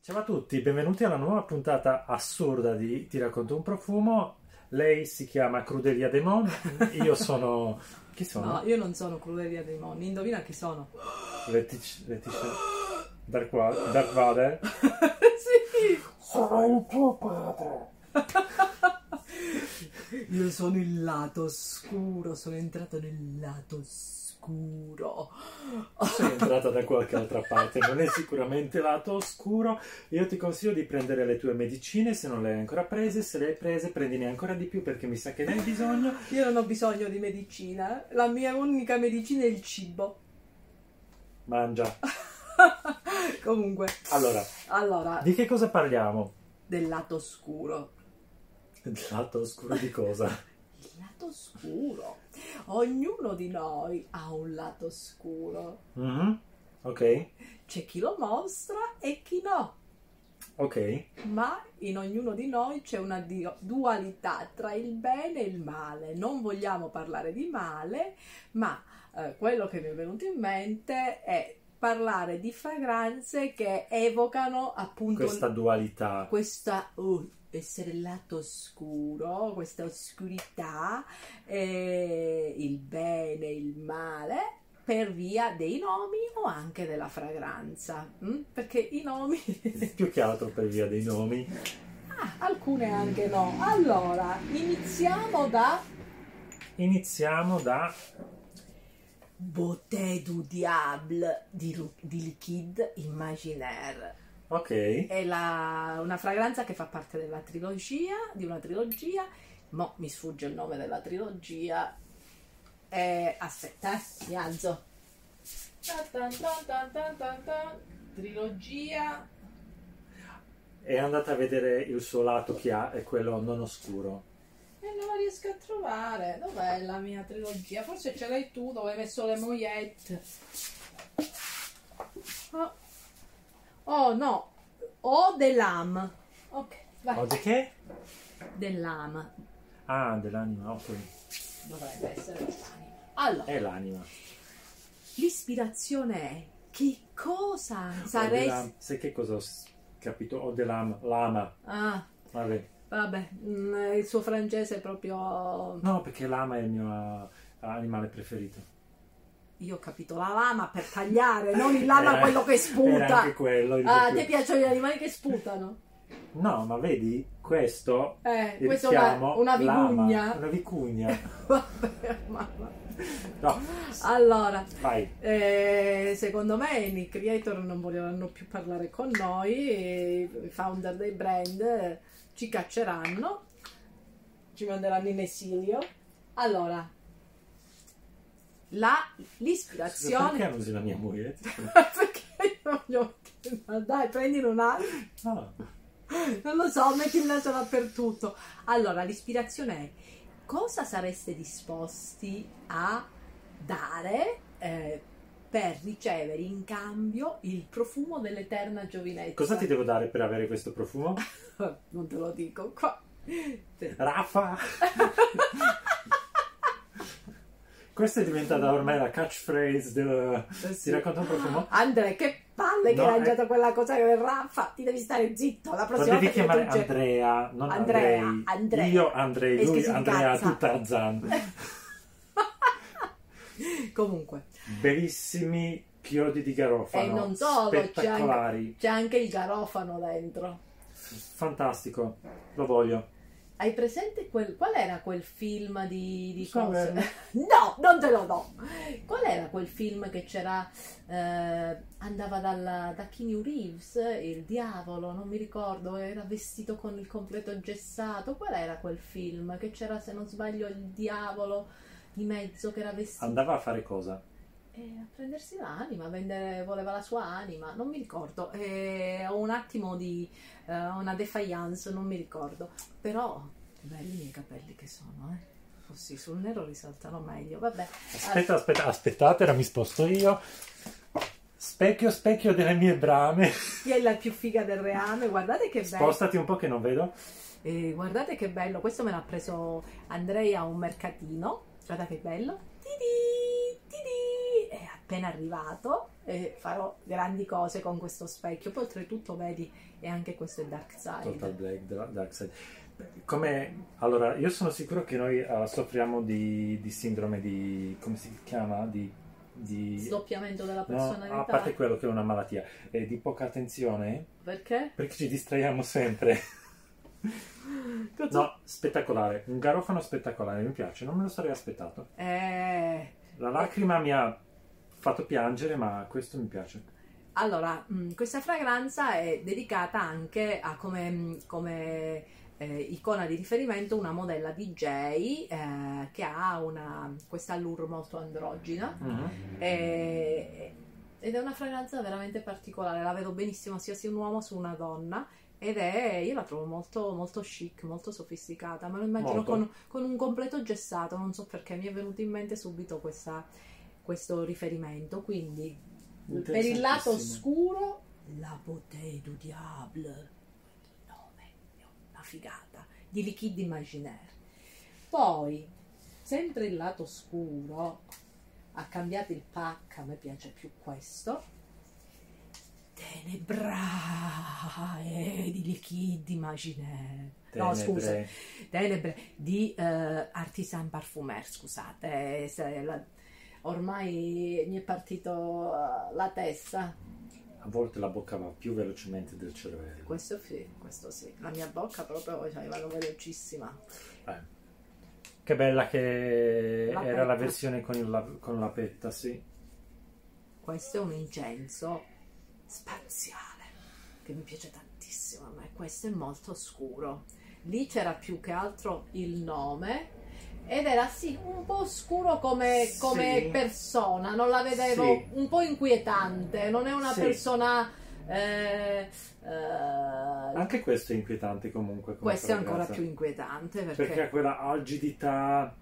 Ciao a tutti, benvenuti alla nuova puntata assurda di Ti racconto un profumo. Lei si chiama Crudelia Demon, io sono... Chi sono? No, io non sono Crudelia dei Monni. Indovina chi sono? Letic- Leticia... Dark, Wa- Dark Vader? sì! Sono il tuo padre! Io sono il lato oscuro, sono entrato nel lato oscuro. Sei entrata da qualche altra parte, non è sicuramente lato oscuro. Io ti consiglio di prendere le tue medicine se non le hai ancora prese, se le hai prese prendine ancora di più perché mi sa che ne hai bisogno. Io non ho bisogno di medicina, eh. la mia unica medicina è il cibo. Mangia. Comunque, Allora, allora, di che cosa parliamo? del lato oscuro. Del lato oscuro di cosa? Il lato oscuro. Ognuno di noi ha un lato oscuro. Mhm, Ok, C'è chi lo mostra e chi no. ok. Ma in ognuno di noi c'è una di- dualità tra il bene e il male. Non vogliamo parlare di male, ma eh, quello che mi è venuto in mente è parlare di fragranze che evocano appunto Questa dualità. questa oh, essere il lato oscuro, questa oscurità, eh, il bene, il male, per via dei nomi o anche della fragranza. mm? Perché i nomi... Più che altro per via dei nomi. Ah, alcune anche no. Allora, iniziamo da Iniziamo da... Beauté du Diable di, Ru- di Liquid Imaginaire. Ok. È la- una fragranza che fa parte della trilogia, di una trilogia. Mo' mi sfugge il nome della trilogia. Eh, aspetta, eh, mi alzo. Tan tan tan tan tan tan tan. Trilogia. È andata a vedere il suo lato che ha, è quello non oscuro. E Eh, non la riesco a trovare. Dov'è la mia trilogia? Forse ce l'hai tu dove hai messo le mogliette. Oh, Oh, no. O dell'am. Ok, vai. Oggi che? Dell'am. Ah, dell'anima, ok. Dovrebbe essere l'anima. Allora, È l'anima. l'ispirazione è che cosa Odelam- saresti... sai che cosa ho s- capito? Odelam, lama, Ah, vabbè. vabbè, mm, il suo francese è proprio... No, perché lama è il mio eh, animale preferito. Io ho capito la lama per tagliare, non il lama Eh, Era- quello che Era anche sputa. quello. il Ah, a più- te piacciono gli animali che sputano? No, ma vedi, questo Eh, il questa è una, chiamo una lama, vigugna. Una vicugna. Vabbè, mamma. No, Allora, vai. eh, secondo me i creator non voleranno più parlare con noi, e i founder dei brand eh, ci cacceranno, ci manderanno in esilio. Allora, la, Perché l'ispirazione... non usi la mia moglie? Perché non gli ho... Dai, prendine un altro. No. Non lo so, metti il naso dappertutto. Allora, l'ispirazione è cosa sareste disposti a dare eh, per ricevere in cambio il profumo dell'eterna giovinezza? Cosa ti devo dare per avere questo profumo? Non te lo dico qua. Te- Rafa! Questa è diventata ormai la catchphrase del... eh sì. Ti racconto un profumo? Andre, che palle che No, hai eh. lanciato quella cosa che Raffa, ti devi stare zitto la Lo prossima devi volta che chiamare tu ge- Andrea, non Andrea, Andrei. Andrea. Io Andrei, Perché lui si Andrea incazza. tu Tarzan. Comunque, Bellissimi chiodi di garofano. E non solo, c'è anche- Spettacolari. c'è anche il garofano dentro. Fantastico. Lo voglio. Hai presente quel, qual era quel film di, di Sommer. cose? No, non te lo do. Qual era quel film che c'era? eh, andava dalla- da Keanu Reeves, il diavolo, non mi ricordo, era vestito con il completo gessato. Qual era quel film che c'era, se non sbaglio, il diavolo di mezzo che era vestito Andava a fare cosa? eh, a prendersi l'anima, a vendere, voleva la sua anima, non mi ricordo. Eh, ho un attimo di eh, una defiance, non mi ricordo. Però, belli i miei capelli che sono, eh. Così sul nero risaltano meglio. Vabbè, Aspetta, aspetta, aspettate, ora mi sposto io. Specchio, specchio delle mie brame. chi è la più figa del reame? Guardate che bello. Spostati un po' che non vedo. Eh, guardate che bello. Questo me l'ha preso Andrea a un mercatino. Guarda che bello. Tidì, tidì. E ha appena arrivato e farò grandi cose con questo specchio. Poi oltretutto vedi, e anche questo è Dark Side. Total Black Dra- Dark Side. Come, allora, io sono sicuro che noi eh, soffriamo di, di sindrome di, come si chiama? Di, di Sdoppiamento della no, personalità. a parte quello che è una malattia, è di poca attenzione, Perché? perché ci distraiamo sempre. Cosa- No, spettacolare, un garofano spettacolare, mi piace, non me lo sarei aspettato. Eh, La lacrima mi ha fatto piangere, ma questo mi piace. allora, mh, questa fragranza è dedicata anche a come, mh, come, eh, icona di riferimento una modella DJ eh, che ha una, questa allure molto androgina. Mhm. E- Eh, ed è una fragranza veramente particolare, la vedo benissimo sia su un uomo che su una donna ed è, io la trovo molto, molto chic, molto sofisticata, me lo immagino Molto. con, con un completo gessato, non so perché mi è venuto in mente subito questa- questo riferimento, quindi per il lato Interessantissimo. oscuro la beauté du diable, il nome è una figata, di Liquid Imaginaire. Poi, sempre il lato scuro, ha cambiato il pack, a me piace più questo. Tenebrae di Liquid Imaginaire. No, scusa, Tenebre. Tenebre di eh, Artisan Parfumer, scusate, eh, se la- ormai mi è partito eh, la testa. A volte la bocca va più velocemente del cervello. Questo sì, questo sì. La mia bocca proprio cioè, vado velocissima. Eh. Che bella che La era petta. la versione con, il la- con la petta, sì. Questo è un incenso spaziale che mi piace tantissimo a me. Questo è molto scuro. Lì c'era più che altro il nome ed era sì un po' oscuro come, Sì. come persona, non la vedevo Sì. un po' inquietante, non è una Sì. persona... eh, eh, Anche questo è inquietante comunque. come questo è ancora fragranza. più inquietante perché... Perché ha quella algidità,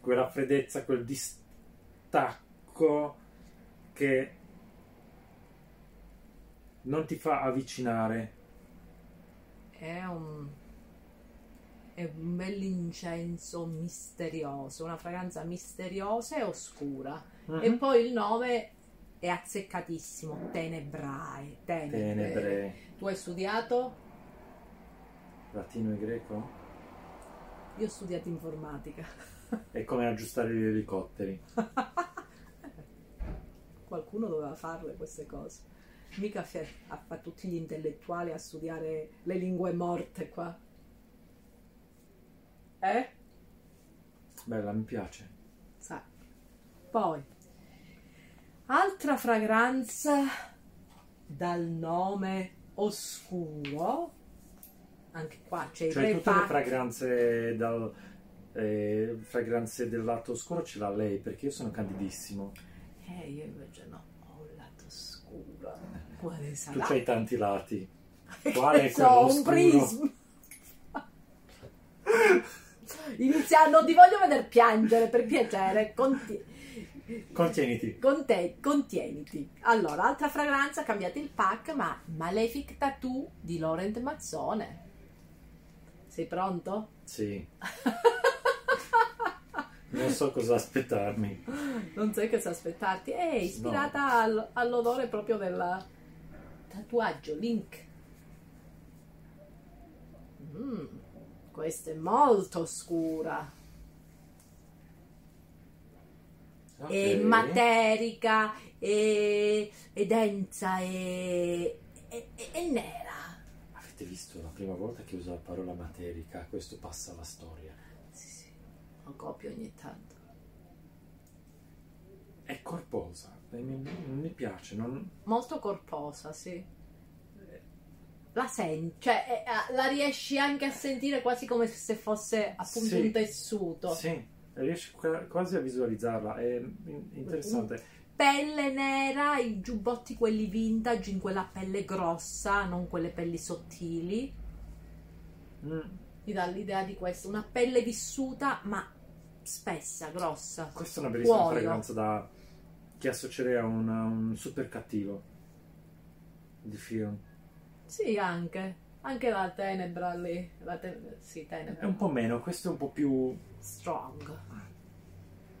quella freddezza, quel distacco che non ti fa avvicinare. È un, è un bell'incenso misterioso, una fragranza misteriosa e oscura. E Mhm. poi il nome è azzeccatissimo, Tenebrae. Tenebre. Tenebre, Tu hai studiato? latino e greco? Io ho studiato informatica. È come aggiustare gli elicotteri. Qualcuno doveva farle queste cose. Mica fe- a, a tutti gli intellettuali a studiare le lingue morte qua. Eh? Bella, mi piace. Sa. Poi, altra fragranza dal nome oscuro. Anche qua Cioè, c'è il tutte le reparto. fragranze dal. eh, fragranze del lato oscuro ce l'ha lei perché io sono candidissimo. Eh, io invece no, ho il lato oscuro. Quale Tu sarà? c'hai tanti lati. Che quale è so, quello un oscuro? prisma. Inizia, non ti voglio vedere piangere, per piacere. Conti- Contieniti. Con te, contieniti. Allora, altra fragranza, cambiate il pack, ma Malefic Tattoo di Laurent Mazzone. Sei pronto? Sì. Non so cosa aspettarmi. non sai cosa aspettarti. È ispirata al- all'odore proprio del tatuaggio Link. Mm, questa è molto scura. è Ok. materica, è, è densa, è, è- è- è nera. Avete visto la prima volta che uso la parola materica? Questo passa alla storia. Sì, sì, lo copio ogni tanto. È corposa. e mi, mi piace. Non... Molto corposa, sì. La senti, cioè eh, la riesci anche a sentire quasi come se fosse appunto Sì. un tessuto. Sì. Riesci qua- quasi a visualizzarla. È in- interessante. Pelle nera, i giubbotti quelli vintage in quella pelle grossa, non quelle pelli sottili. Mm. Ti dà l'idea di questo, una pelle vissuta ma spessa, grossa. Questa è una bellissima Cuoio. fragranza da... che associerei a un, a un super cattivo di film. Sì, anche. Anche la tenebra lì, la te- sì, È tenebra. un po' meno, questo è un po' più Strong.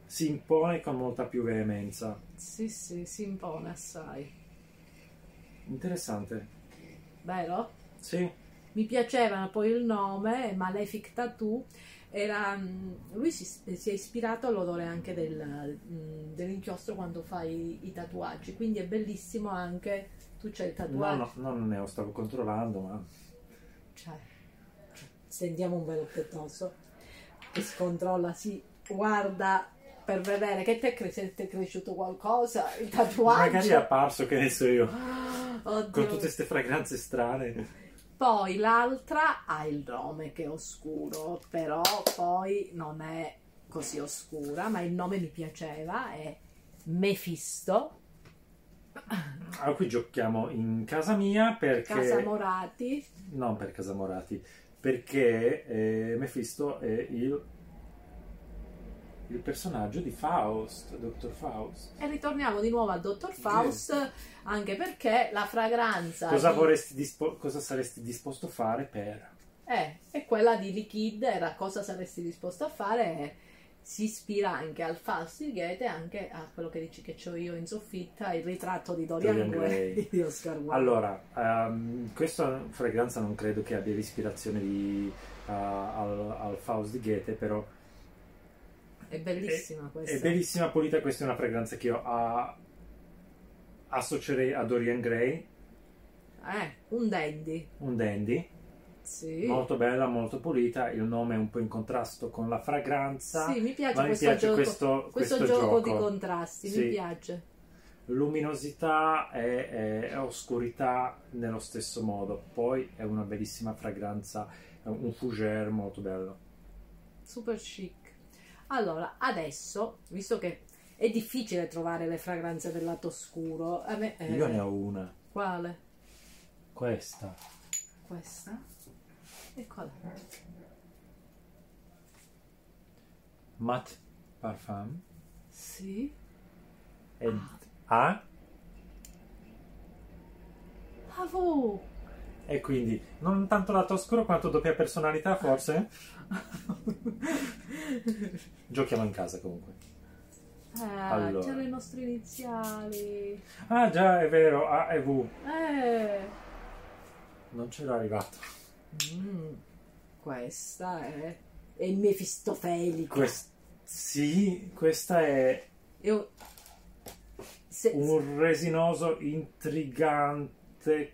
si impone con molta più veemenza. Sì, sì, si impone assai. Interessante. Vero? Sì, Mi piaceva poi il nome, Malefic Tattoo, era, mh, lui si, si è ispirato all'odore anche del, mh, dell'inchiostro quando fai i tatuaggi, quindi è bellissimo anche, tu c'hai il no, tatuaggio, no, no, non ne ho, stavo controllando, ma Cioè, stendiamo un velo pietoso che si controlla, si guarda per vedere che te cre- se ti è cresciuto qualcosa, il tatuaggio. magari è apparso, che ne so io, Ah, Oddio. con tutte queste fragranze strane. Poi l'altra ha il nome che è oscuro, però poi non è così oscura, ma il nome mi piaceva, è Mefisto, Ah, qui giochiamo in casa mia perché... Casamorati, Non per Casamorati, perché eh, Mephisto è il, il personaggio di Faust, Dr. Faust. e ritorniamo di nuovo al Dottor Faust, anche perché la fragranza... Cosa, di- vorresti dispo- cosa saresti disposto a fare per... Eh, e quella di Liquid era cosa saresti disposto a fare eh, si ispira anche al fastidieto e anche a quello che dici che ho io in soffitta, il ritratto di Dorian Dorian Gray Gray. di Oscar Wilde. Allora, ehm, questa fragranza non credo che abbia l'ispirazione di, eh, al, al Faust di Goethe, però è bellissima questa. Eh, è bellissima, pulita, questa è una fragranza che io ah, associerei a Dorian Gray, Eh, un dandy. un dandy. Sì. Molto bella, molto pulita, il nome è un po' in contrasto con la fragranza, Sì, mi piace ma mi questo piace gioco. questo, questo questo gioco gioco. di contrasti, mi Sì. piace. Luminosità e, e- e oscurità nello stesso modo, poi è una bellissima fragranza, è un fougère molto bello. Super chic. Allora, adesso, visto che è difficile trovare le fragranze del lato oscuro, a me, eh, Io ne ho una, quale? questa. Questa? E qual è? Matte Parfum Sì. Ah, è A ah, Bravo! e quindi non tanto lato oscuro quanto doppia personalità forse? Giochiamo in casa comunque. Ah, Allora. c'erano i nostri iniziali. Ah già, è vero, A e V, Eh. non c'era arrivato. Mm, questa è... è mefistofelica. Quest- sì, questa è È un- se- un resinoso intrigante,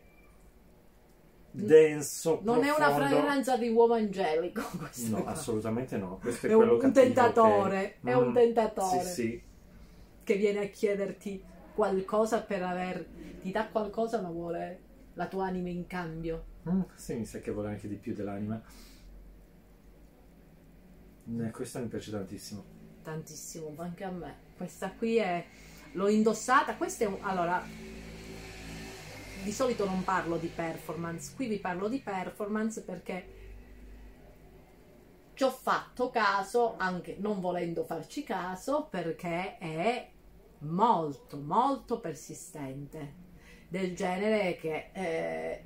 denso, Non è una profondo. fragranza di uomo angelico questa No, qua. assolutamente no. Questo È è, un, quello un cattivo tentatore, che- è un Mm, tentatore Sì, sì. che viene a chiederti qualcosa per aver... ti dà qualcosa ma vuole la tua anima in cambio. Mm, sì, mi sa che vuole anche di più dell'anima. Eh, questa mi piace tantissimo. tantissimo, ma anche a me. Questa qui è l'ho indossata, questa è un- allora di solito non parlo di performance, qui vi parlo di performance perché ci ho fatto caso, anche non volendo farci caso, perché è molto molto persistente, del genere che eh,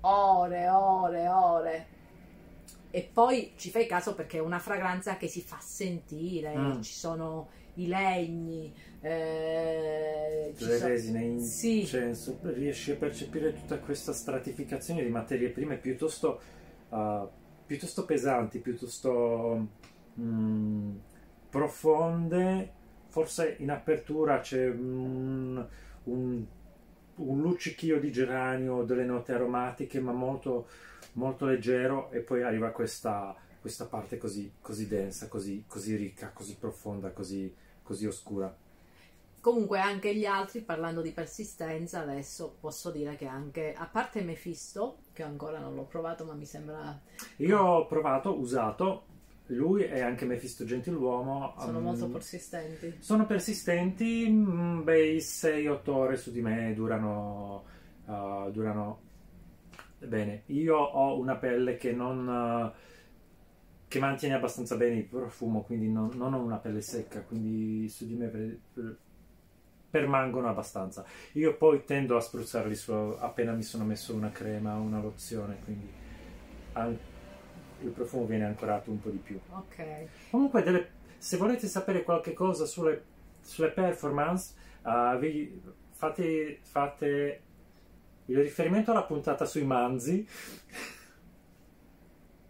ore, ore, ore e poi ci fai caso perché è una fragranza che si fa sentire, Mm. ci sono i legni, eh, ci Le so- resine, Sì. incenso, riesci a percepire tutta questa stratificazione di materie prime piuttosto, eh, piuttosto pesanti, piuttosto mm, profonde. Forse in apertura c'è un, un- un luccichio di geranio, delle note aromatiche, ma molto, molto leggero, e poi arriva questa, questa parte così, così densa, così, così ricca, così profonda, così, così oscura. Comunque anche gli altri, parlando di persistenza, adesso posso dire che anche, a parte Mephisto, che ancora non l'ho provato ma mi sembra, Io ho provato, usato, lui e anche Mephisto Gentiluomo. sono um, molto persistenti. sono persistenti, mm, bei 6-8 ore su di me durano, uh, durano bene. Io ho una pelle che non... uh, che mantiene abbastanza bene il profumo, quindi non, non ho una pelle secca, quindi su di me per- per- permangono abbastanza. Io poi tendo a spruzzarli su, appena mi sono messo una crema o una lozione, quindi an- il profumo viene ancorato un po' di più. Ok, Comunque delle- Se volete sapere qualche cosa sulle, sulle performance, eh, vi- fate, fate il riferimento alla puntata sui manzi.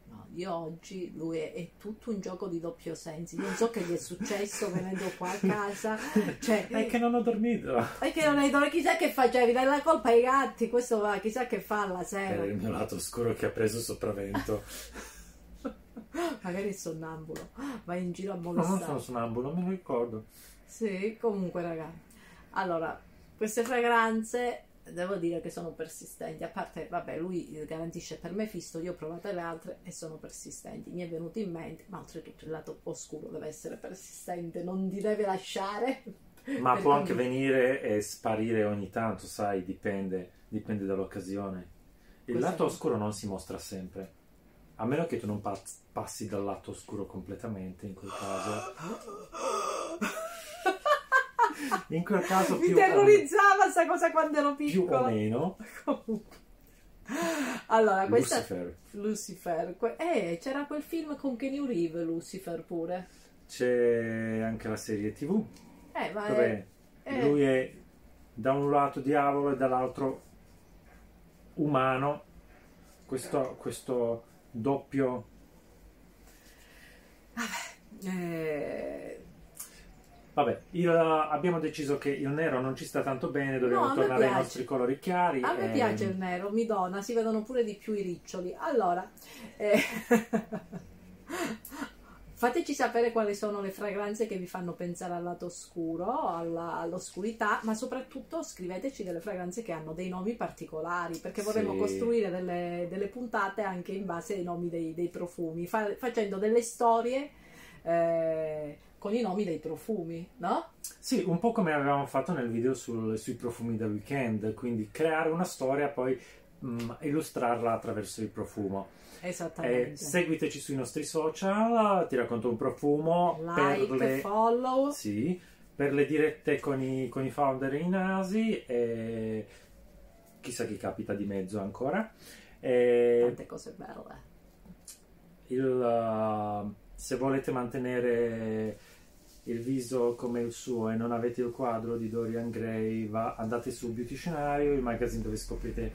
No, io oggi lui è, è tutto un gioco di doppio senso. Non so che gli è successo venendo qua a casa. Cioè, È che non ho dormito. perché non hai dormito? Chissà che facevi, dai la colpa ai gatti. Questo va, chissà che fa la È sera. il mio lato oscuro che ha preso sopravvento. Magari è sonnambulo. Va in giro a No, non molestare. sono sonambulo, me lo ricordo. Sì, comunque, ragazzi. Allora, queste fragranze devo dire che sono persistenti. A parte, vabbè, lui garantisce per me fisto, io ho provato le altre e sono persistenti. Mi è venuto in mente, ma oltretutto il lato oscuro deve essere persistente, non ti deve lasciare. Ma Per può anche cui- venire e sparire ogni tanto, sai, dipende, dipende dall'occasione. Il Questo lato è- oscuro non si mostra sempre, a meno che tu non paz- passi dal lato oscuro completamente, in quel caso. In quel caso Mi più, terrorizzava sta cosa quando ero più o piccola. meno Comunque. Allora, questa Lucifer. Lucifer. que- Eh, c'era quel film con Keanu Reeves, Lucifer pure. C'è anche la serie TV, Eh, ma è- dove eh. lui è da un lato diavolo e dall'altro umano. Questo, questo doppio Eh, Vabbè, il- abbiamo deciso che il nero non ci sta tanto bene, dobbiamo No, a me tornare ai piace. nostri colori chiari. A me ehm, piace il nero, mi dona, si vedono pure di più i riccioli. Allora, eh, fateci sapere quali sono le fragranze che vi fanno pensare al lato oscuro, alla- all'oscurità, ma soprattutto scriveteci delle fragranze che hanno dei nomi particolari, perché vorremmo Sì. costruire delle, delle puntate anche in base ai nomi dei, dei profumi, fa- facendo delle storie eh, con i nomi dei profumi, no? Sì, un po' come avevamo fatto nel video sul- sui profumi del weekend, quindi creare una storia, poi mm, illustrarla attraverso il profumo. Eh, Esattamente. seguiteci sui nostri social, ti racconto un profumo per like, le... follow. Sì, per le dirette con i, con i founder in Asi e chissà chi capita di mezzo ancora. E tante cose belle. il, uh, se volete mantenere il viso come il suo e non avete il quadro di Dorian Gray, va- andate su Beauty Scenario, il magazine dove scoprite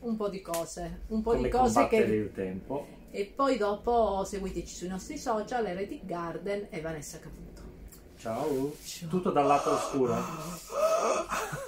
Un po' di cose, un po' come di cose combattere che... il tempo. E poi dopo seguiteci sui nostri social, Heretic Garden e Vanessa Caputo. Ciao! Tutto dal lato oscuro.